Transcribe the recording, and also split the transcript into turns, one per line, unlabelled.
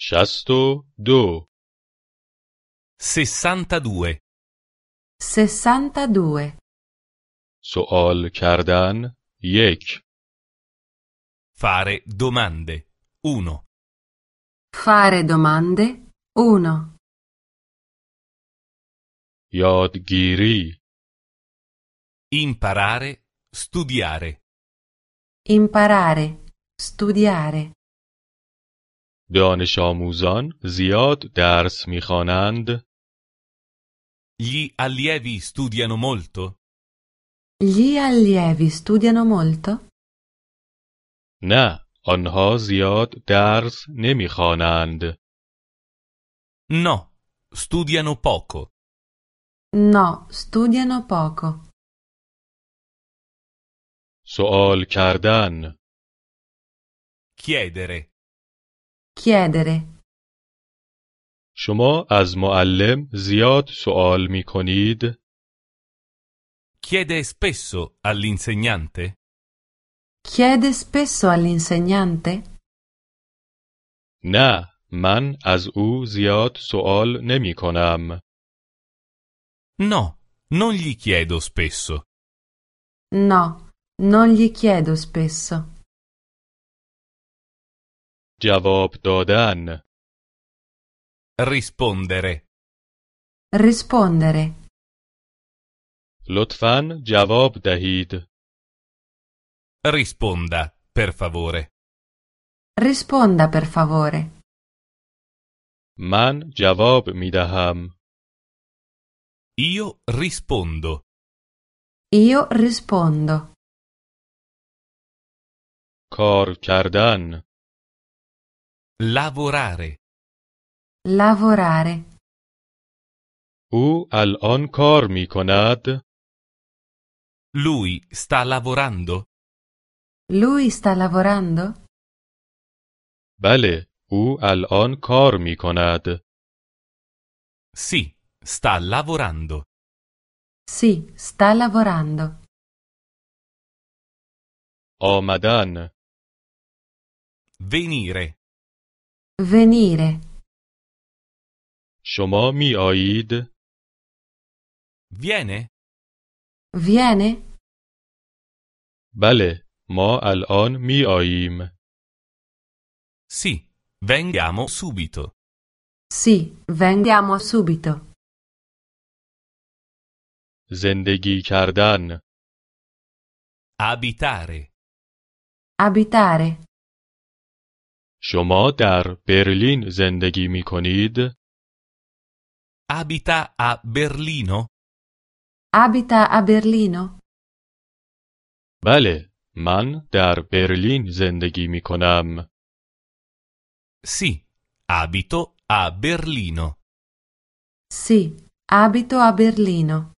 شست و دو
62.
62.
سوال کردن یک
Fare domande. 1.
Fare domande 1.
یادگیری
Imparare. Studiare.
Imparare. Studiare.
دانش آموزان زیاد درس میخوانند
Gli allievi studiano molto?
Gli allievi studiano molto?
نه آنها زیاد درس نمیخوانند
No. Studiano poco.
No, studiano poco.
سوال کردن
Chiedere.
Chiedere.
شما از معلم زیاد سوال می کنید؟
Chiede spesso all'insegnante?
Chiede spesso all'insegnante?
نه من از او زیاد سوال نمی کنم
No. Non gli chiedo spesso.
No, non gli chiedo spesso.
جواب دادن
Rispondere.
Rispondere.
لطفا جواب دهید
Risponda, per favore.
Risponda per favore.
من جواب می دهم
Io rispondo.
Io rispondo.
کار کردن
Lavorare.
Lavorare.
او الان کار می کند
Lui sta lavorando?
Lui sta lavorando?
بله او الان کار می کند
Sì, sta lavorando.
Sì, sta lavorando.
آمدن
Venire.
Venire.
شما می آیید
Viene?
Viene?
بله ما الان می آییم
Sì, vendiamo subito.
Sì, vendiamo subito.
زندگی کردن
Abitare.
Abitare.
شما در برلین زندگی می کنید؟
Abita a Berlino?
Abita a Berlino?
بله، من در برلین زندگی می کنم.
Sì, abito a Berlino.
Sì, abito a Berlino.